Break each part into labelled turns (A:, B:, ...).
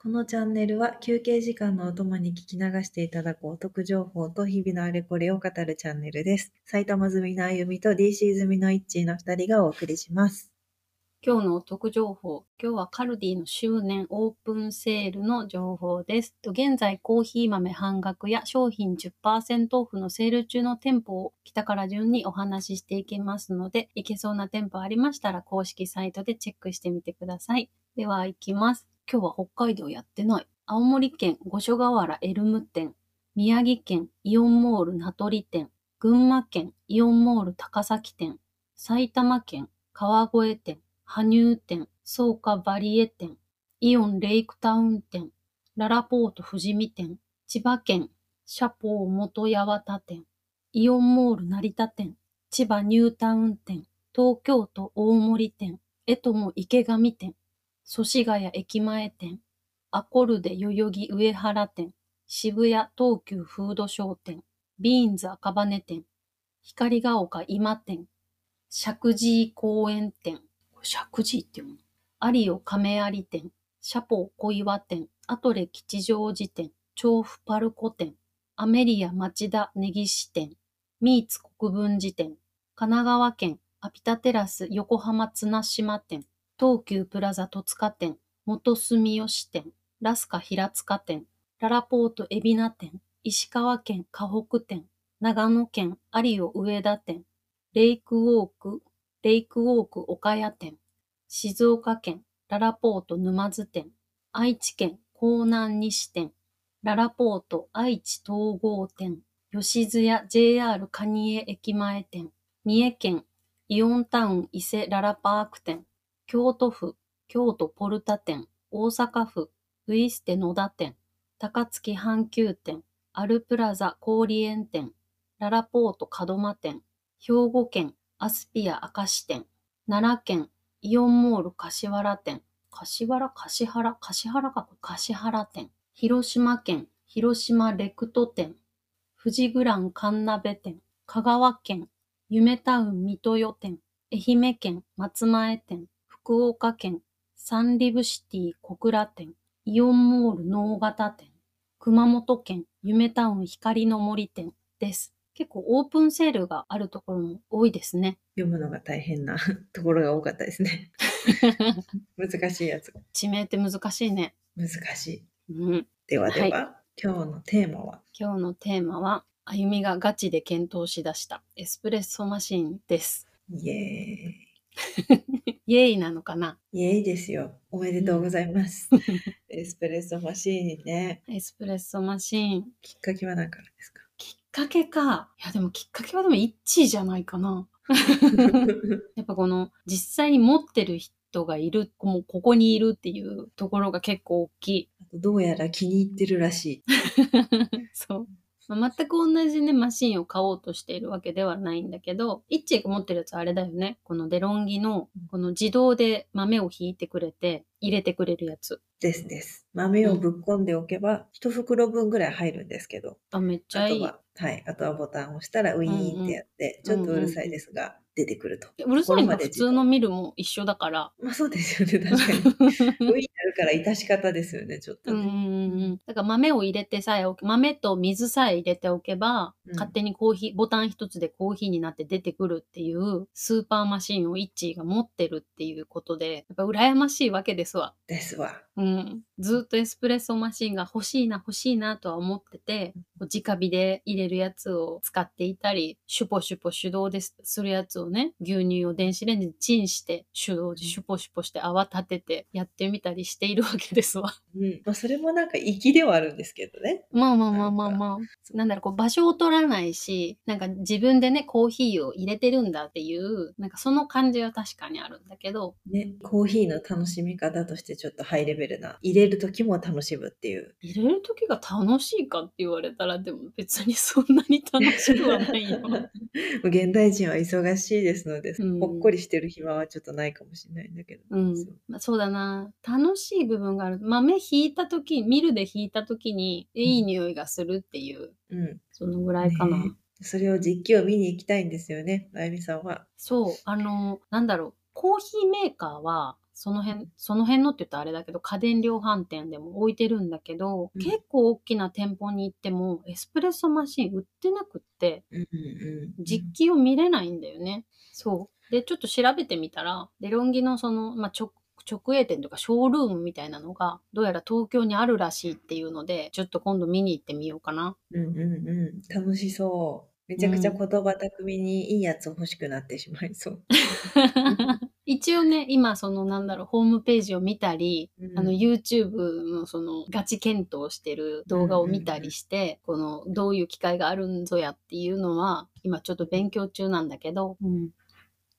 A: このチャンネルは休憩時間のお供に聞き流していただくお得情報と日々のあれこれを語るチャンネルです。埼玉済みのあゆみと DC 済みのいっちーの二人がお送りします。
B: 今日のお得情報。今日はカルディの周年オープンセールの情報です。と現在、コーヒー豆半額や商品10%オフのセール中の店舗を北から順にお話ししていきますので、行けそうな店舗ありましたら公式サイトでチェックしてみてください。では行きます。今日は北海道やってない。青森県五所川原エルム店、宮城県イオンモール名取店、群馬県イオンモール高崎店、埼玉県川越店、羽生店、草加バリエ店、イオンレイクタウン店、ララポート富士見店、千葉県、シャポー元八幡店、イオンモール成田店、千葉ニュータウン店、東京都大森店、江友池上店、祖師ヶ谷駅前店、アコルデ代々木上原店、渋谷東急フード商店、ビーンズ赤羽店、光が丘今店、石神井公園店、これ石神井っていうのアリオ亀有店、シャポー小岩店、アトレ吉祥寺店、調布パルコ店、アメリア町田根岸店、ミーツ国分寺店、神奈川県アピタテラス横浜綱島店、東急プラザ戸塚店、元住吉店、ラスカ平塚店、ララポート海老名店、石川県河北店、長野県有オ上田店、レイクウォーク、レイクウォーク岡谷店、静岡県ララポート沼津店、愛知県江南西店、ララポート愛知統合店、吉津屋 JR 蟹江駅前店、三重県イオンタウン伊勢ララパーク店、京都府京都ポルタ店、大阪府ウイステ野田店、高槻阪急店、アルプラザ郡園店、ララポート門間店、兵庫県アスピア明石店、奈良県イオンモール柏原店、柏原、柏原、柏原か、柏原店、広島県広島レクト店、富士グラン神鍋店、香川県夢タウン三豊店、愛媛県松前店、福岡県サンリブシティ小倉店、イオンモール能形店、熊本県夢タウン光の森店です。結構オープンセールがあるところも多いですね。
A: 読むのが大変なところが多かったですね。 難しいやつ。
B: 地名って難しいね。
A: 難しい。
B: うん。
A: ではでは、今日のテーマは、
B: 今日のテーマは、あゆみがガチで検討しだしたエスプレッソマシンです。
A: イエーイ。
B: イエイなのかない
A: え、いいですよ。おめでとうございます。エスプレッソマシーンにね、
B: エスプレッソマシン。
A: きっかけは何からですか
B: きっかけか。いやでもきっかけはでも一致じゃないかな。やっぱこの実際に持ってる人がいる、もうここにいるっていうところが結構大きい。
A: どうやら気に入ってるらしい。
B: そう。まあ全く同じね、マシンを買おうとしているわけではないんだけど、イッチーが持ってるやつはあれだよね。このデロンギの、この自動で豆を引いてくれて、入れてくれるやつ。
A: ですです。豆をぶっこんでおけば、一袋分ぐらい入るんですけど、
B: あ、めっちゃ
A: あ
B: い
A: と
B: い。
A: は、はい、あとはボタンを押したらウィーンってやって、
B: うんうん
A: ちょっとうるさいですが、出てくると。
B: うるさ
A: こ
B: い
A: れま
B: の
A: で
B: 普
A: 自動
B: 通のミルも一緒だから。
A: まあそうですよ ね、確かに。ウィーンになるから致し方ですよね、ちょっと
B: うんうん
A: ね。
B: うんうん。だから豆を入れてさえおけ、豆と水さえ入れておけば、
A: うん
B: 勝手にコーヒー、ボタン一つでコーヒーになって出てくるっていうスーパーマシンをイッチーが持ってるっていうことで、やっぱ羨ましいわけですわ。
A: ですわ。
B: うん、ずっとエスプレッソマシンが欲しいな欲しいなとは思っててこう直火で入れるやつを使っていたりシュポシュポ手動ですするやつをね牛乳を電子レンジでチンして手動でシュポシュポして泡立ててやってみたりしているわけですわ。
A: うん。まあそれもなんか粋ではあるんですけどね。
B: まあまあまあまあまあ。なんだろう、こう場所を取らないし、なんか自分でね、コーヒーを入れてるんだっていう、なんかその感じは確かにあるんだけど、
A: ね、コーヒーの楽しみ方としてちょっとハイレベルな入れる時も楽しむっていう
B: 入れる時が楽しいかって言われたらでも別にそんなに楽しくはな いよ
A: 現代人は忙しいですので、
B: うん
A: ほっこりしてる暇はちょっとないかもしれないんだけど、
B: うん
A: そう
B: まあ、そうだな楽しい部分がある豆引いた時ミルで引いた時にいい匂いがするっていう
A: うん
B: そのぐらいかな、
A: ねそれを実況見に行きたいんですよねあゆみさんは。
B: そうあのなんだろうコーヒーメーカーはその辺、その辺のって言ったらあれだけど、家電量販店でも置いてるんだけど、
A: うん
B: 結構大きな店舗に行っても、エスプレッソマシン売ってなくって、
A: うんうんうん。
B: 実機を見れないんだよね。そう。で、ちょっと調べてみたら、デロンギのその、まあ、直、直営店というかショールームみたいなのが、どうやら東京にあるらしいっていうので、ちょっと今度見に行ってみようか な。
A: うんうんうん。楽しそう。めちゃくちゃ言葉巧みにいいやつ欲しくなってしまい そう。
B: 一応ね、今そのなんだろう、ホームページを見たり、
A: うん
B: あの YouTube のそのガチ検討してる動画を見たりして、このどういう機会があるんぞやっていうのは、今ちょっと勉強中なんだけど、うん、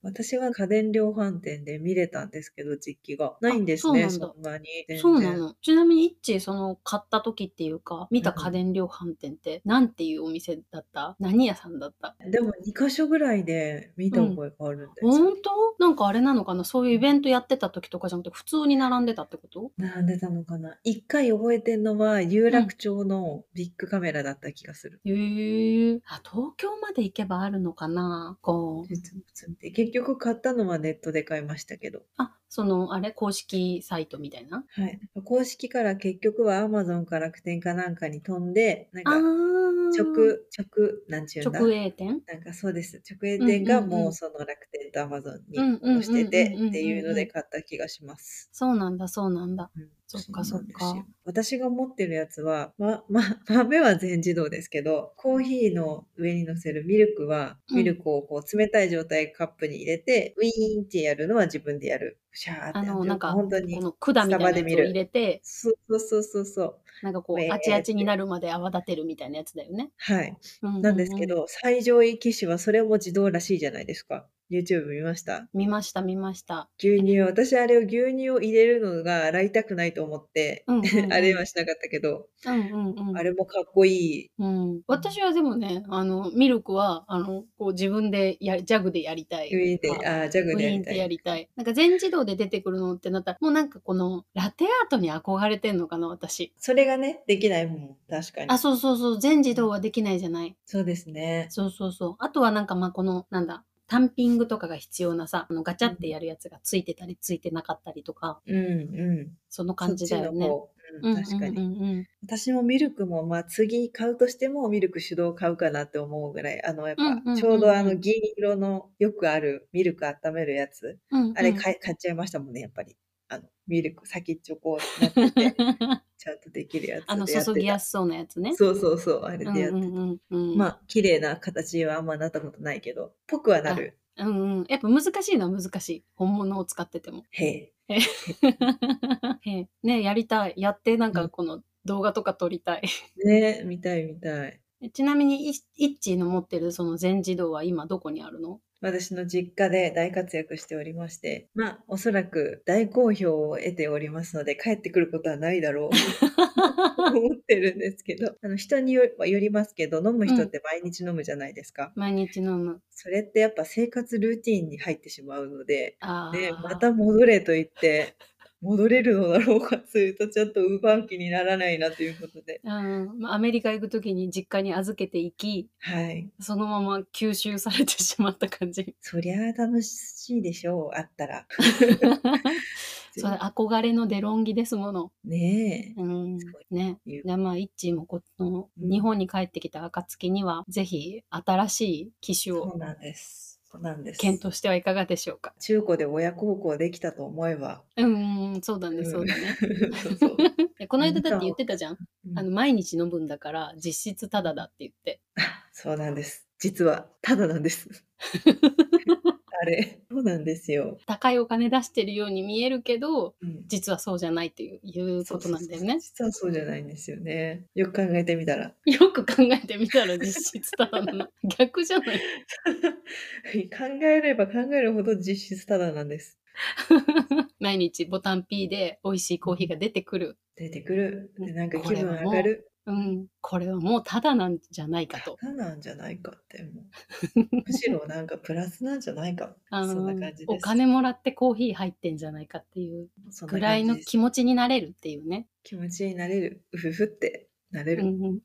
A: 私は家電量販店で見れたんですけど、実機が。ないんです
B: あ
A: ね、
B: そうなんだ
A: そんなに。全
B: そう
A: 然
B: な。の。ちなみに、イッチー、その、買った時っていうか、見た家電量販店って、なんていうお店だった何屋さんだった
A: でも2箇所ぐらいで見た覚えがあるんです。
B: 本当なんかあれなのかなそういうイベントやってた時とかじゃなくて、普通に並んでたってこと
A: なんでたのかな一回覚えてんのは有楽町のビッグカメラだった気がする。
B: へえ。あ、東京まで行けばあるのかなこう。
A: 実物見て結局買ったのはネットで買いましたけど、
B: あ、その、あれ公式サイトみたいな
A: はい、公式から結局は Amazon か楽天かなんかに飛んでなん
B: あ
A: か
B: ー
A: 直直なんちゅうんだ
B: 直営店
A: なんかそうです直営店が
B: うんうんうん
A: もうその楽天と Amazon に
B: うんうんうんうんうんうん
A: 押しててっていうので買った気がします。
B: そうなんだ、そうなんだ。
A: うん
B: そっか
A: うなんです
B: そっ
A: よ私が持ってるやつは、ま、ま、豆は全自動ですけど、コーヒーの上に乗せるミルクは、
B: うん
A: ミルクをこう冷たい状態カップに入れて、ウィーンってやるのは自分でやる。シャーって
B: あ
A: や
B: の、
A: る
B: なんか、こ
A: 本当に。
B: の管みたい
A: スタ
B: なやつを
A: バで見る
B: 入れて、
A: そうそうそうそう。
B: なんかこ
A: ウェー
B: う、
A: って
B: あちあちになるまで泡立てるみたいなやつだよね。
A: はい。
B: ううう
A: なんですけ。ど、最上位機種はそれも自動らしいじゃないですか。YouTube 見ました
B: 見ました、見ました。
A: 牛乳、私あれを牛乳を入れるのが洗いたくないと思って、
B: うんうん うん
A: あれはしなかったけど、
B: うんうんうん。
A: あれもかっこいい。
B: うん、私はでもね、あの、ミルクは、あの、こう自分でや、ジャグでやりたい。
A: ウィーンで、
B: あ
A: あージャ
B: ウ
A: グでや
B: ィー
A: り
B: ンったて
A: い。
B: やりたい。なんか全自動で出てくるのってなったら、もうなんかこの、ラテアートに憧れてんのかな、私。
A: それがね、できないもん。確かに。
B: あ、そうそうそう、全自動はできないじゃない。
A: そうですね。
B: そうそうそう。あとはなんかまあこの、なんだ、タンピングとかが必要なさ、あのガチャってやるやつがついてたりついてなかったりとか、
A: うんうん。
B: その感じだよね。
A: そっちの方うん、確か
B: う
A: に。
B: んうんうんうん
A: 私もミルクも、まあ次買うとしてもミルク手動買うかなって思うぐらい、あの、やっ
B: うんうんうんう
A: ぱ
B: ん
A: ちょうどあの銀色のよくあるミルク温めるやつ、
B: うんうん
A: あれ買い買っちゃいましたもんね、やっぱり。あの、ミルク先っちょこうなって て、ちゃんとできるやつ
B: あの
A: でやってた。
B: 注ぎやすそうなやつね。
A: そうそうそう、あれで
B: う
A: や
B: ん
A: ってた。
B: うんうんうん。
A: まあ、綺麗な形はあんまなったことないけど、ぽくはなる。
B: うんうん。やっぱ難しいのは難しい。本物を使ってて も。
A: へえ。
B: へえねやりたい。やってなん
A: う
B: か
A: ん
B: この動画とか撮りたい。
A: ね見たい見たい。
B: ちなみにイッイッチーの持ってるその全自動は今どこにあるの
A: 私の実家で大活躍しておりまして、まあ、おそらく大好評を得ておりますので、帰ってくることはないだろう と思ってるんですけど、あの人によよりますけど、飲む人って毎日飲むじゃないですか。
B: 毎日飲む。
A: それってやっぱ生活ルーティンに入ってしまうので、
B: ああ。
A: ね、また戻れと言って、 戻れるのだろうかというと、ちょっと奪う気にならないなということで、
B: うん、まあアメリカ行くときに実家に預けていき、
A: はい。
B: そのまま吸収されてしまった感 じ。
A: そりゃあ楽しいでしょう、あったら。
B: それ憧れのデロンギですもの。
A: ねえ。
B: うん、ね。
A: いう
B: じゃあまあ、イッチーもこの
A: うん
B: 日本に帰ってきた暁には、ぜひ新しい機種
A: そう
B: を
A: なんです。そうなんです。
B: 検討してはいかがでしょうか。
A: 中古で親孝行できたと思え ば。
B: うん、うんそうだね、
A: うん
B: そうだね。
A: そうそう
B: いやこの間だって言ってたじゃん。
A: うん
B: あの毎日飲むんだから、実質タダだって言って。
A: そうなんです。実は、ただなん です。あれ、そうなんですよ。
B: 高いお金出してるように見えるけど、
A: うん
B: 実はそうじゃないといういうことなんだよ
A: そ
B: ね。
A: うそうそう実はそうじゃないんですよね。よく考えてみたら。
B: よく考えてみたら実質ただなの。 逆じゃない
A: 考えれば考えるほど実質ただなんです。
B: 毎日ボタン P で美味しいコーヒーが出てくる。
A: 出てくる。でなんか
B: こ
A: 気
B: れ
A: 分
B: は
A: 上がる。
B: うん。これはもうただなんじゃないかと。
A: ただなんじゃないかって。もうむしろなんかプラスなんじゃないか。
B: あの
A: そんな感じです。
B: お金もらってコーヒー入ってんじゃないかっていう
A: そんな
B: ぐらい
A: 感
B: の
A: じです
B: 気持ちになれるっていうね。
A: 気持ちになれる。うふふってなれ
B: う
A: る。
B: んうん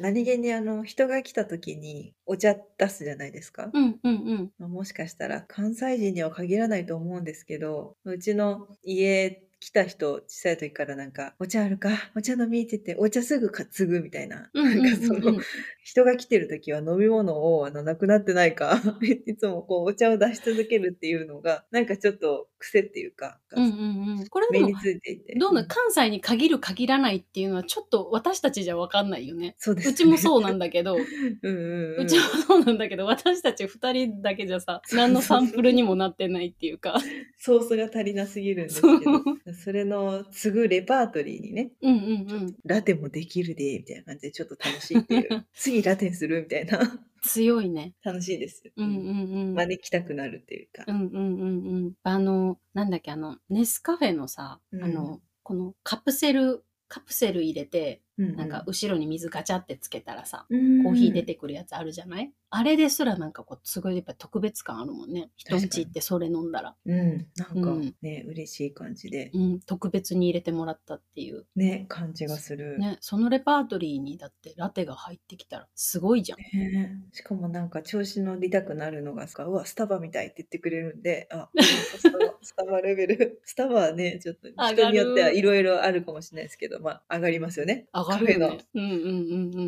A: 何気にあの人が来た時にお茶出すじゃないですか。
B: うんうんうん。
A: まあもしかしたら関西人には限らないと思うんですけど、うちの家来た人、小さい時からなんか、お茶あるかお茶飲みって言って、お茶すぐか継ぐみたいな。
B: うんうん
A: なんかそ
B: うん
A: の
B: うん、
A: 人が来てる時は飲み物を、あの、なくなってないか、 いつもこう、お茶を出し続けるっていうのが、なんかちょっと癖っていうか、
B: うんうんうん。これで
A: 身
B: も
A: についていて。
B: どう
A: う
B: なの
A: ん
B: 関西に限る限らないっていうのはちょっと私たちじゃ分かんないよね。
A: そうです
B: う
A: ね
B: ちもそうなんだけ ど、
A: うんうんうん
B: うちもそうなんだけど、私たち2人だけじゃさ、何のサンプルにもなってないっていうか。
A: ソースが足りなすぎるんですけ
B: そう
A: ど、それの継ぐレパートリーにね、
B: うんうんうん。
A: ラテもできるで、みたいな感じでちょっと楽しいって いう。次ラテンするみたいな。
B: 強いね。
A: 楽しいですよ。
B: うんうんうん。
A: 真似きたくなるっていうか
B: う。んうんうんうん。あの、なんだっけ、あの、ネスカフェのさ、
A: うん
B: あの、このカプセル、カプセル入れて、
A: う
B: なんか、後ろに水ガチャってつけたらさ、
A: コ
B: コーヒー出てくるやつあるじゃない、あれですらなんかこう、すごいやっぱ特別感あるもんね。人んち行ってそれ飲んだら、
A: うん、なん
B: う
A: か
B: ん
A: ね、嬉しい感じで、
B: うん、特別に入れてもらったっていう。
A: ね、感じがする。
B: ね、そのレパートリーにだってラテが入ってきたらすごいじゃん。
A: ねしかもなんか調子乗りたくなるのがさ、うわ、スタバみたいって言ってくれるん で、あ、スタバスタバレベル。 スタバはね、ちょっと
B: 上
A: 人
B: がる
A: によってはいろいろあるかもしれないですけど、まあ、上がりますよね。
B: 上がるよ
A: カフェ
B: ね
A: の。
B: うんうんうんうんうんう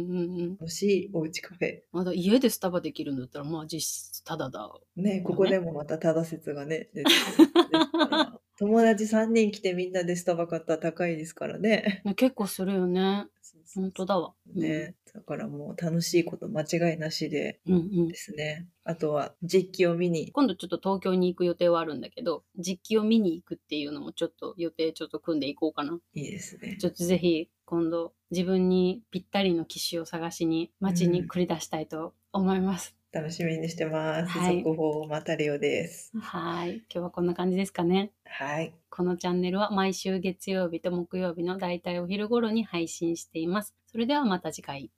B: ん。
A: 欲しいおうちカフェ。
B: まだ家でスタバできるんだったら、まあ実質タダだ。
A: ね、ここでもまたただ説がね、出てくるです から友達3人来てみんなでスタバ買ったら高いですからね。
B: ね、結構するよね。本当だわ。
A: ね、だからもう楽しいこと間違いなしで
B: うんうんうん
A: で。すね。あとは実機を見に。
B: 今度ちょっと東京に行く予定はあるんだけど、実機を見に行くっていうのもちょっと予定ちょっと組んでいこうかな。
A: いいですね。
B: ちょっとぜひ今度自分にぴったりの機種を探しに街に繰り出したいと思います。
A: 楽しみにしてます。
B: はい
A: 速報またりおです。
B: はい。今日はこんな感じですかね。
A: はい。
B: このチャンネルは毎週月曜日と木曜日のだいたいお昼頃に配信しています。それではまた次回。